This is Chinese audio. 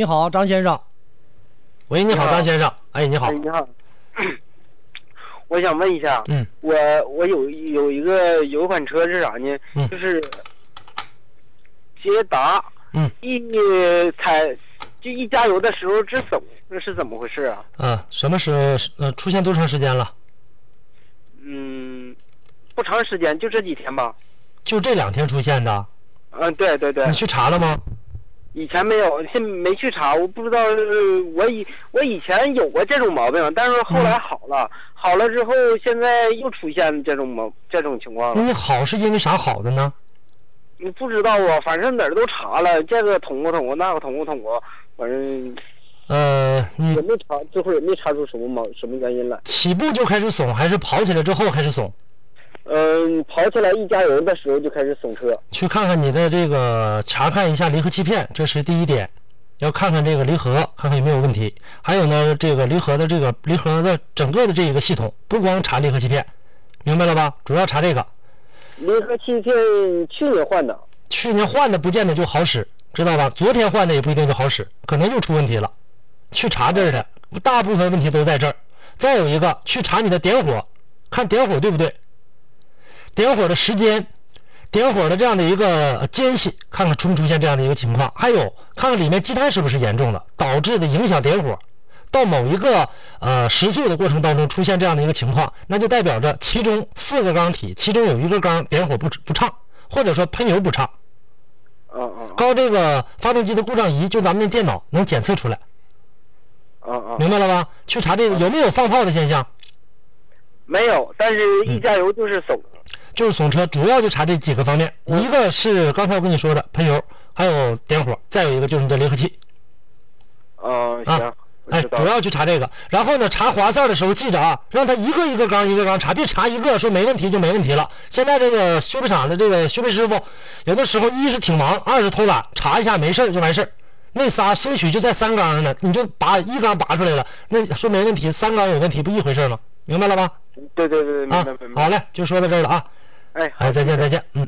你好，张先生。喂，你好，你好张先生。哎，你好哎，，你好，我想问一下，嗯，我我有有一个有一款车是啥呢？嗯就是捷达，嗯，一踩就一加油的时候直走，那是怎么回事啊？嗯，什么是呃出现多长时间了？嗯，不长时间，就这几天吧。就这两天出现的，嗯，对对对哦你，去查了吗？以前没有，现没去查，我不知道。呃我以我以前有过这种毛病，但是嗯后来好了，好了之后，现在又出现这种毛这种情况了那。你好是因为啥好的呢？你不知道啊，反正哪儿都查了，这个捅咕捅咕，那个捅咕捅咕，反正呃，你也没查，最后也没查出什么毛什么原因来。起步就开始怂，还是跑起来之后开始怂？嗯，跑起来一加油的时候就开始怂车。去看看你的这个，查看一下离合器片，这是第一点，要看看这个离合，看看有没有问题。还有呢，这个离合的这个离合的整个的这一个系统，不光查离合器片，明白了吧？主要查这个。离合器片去年换的，去年换的不见得就好使，知道吧？昨天换的也不一定就好使，可能又出问题了。去查这儿的，大部分问题都在这儿。再有一个，去查你的点火，看点火对不对，点火的时间，点火的这样的一个间隙，看看出没出现这样的一个情况。还有，看看里面积碳是不是严重了，导致的影响点火。到某一个呃时速的过程当中出现这样的一个情况，那就代表着其中四个缸体，其中有一个缸点火不不畅，或者说喷油不畅。啊啊高这个发动机的故障仪，就咱们的电脑能检测出来，啊啊，明白了吧？去查这个有没有放炮的现象，没有，但是一加油就是怂。就是怂车，主要就查这几个方面。一个是刚才我跟你说的喷油，还有点火，再有一个就是你的离合器。嗯、啊行，我哎，知道主了。要去查这个。然后呢，查滑塞的时候记着啊，让他一个一个缸一个缸查，别查一个说没问题就没问题了。现在这个修配厂的这个修配师傅，有的时候一是挺忙，二是偷懒，查一下没事儿就完事儿。那仨兴许就在三缸上呢，你就把一缸拔出来了，那说没问题，三缸有问题不一回事儿吗？明白了吧？对对对，明啊白明，白。好嘞，就说到这儿了啊。哎，哎，再见再见，嗯。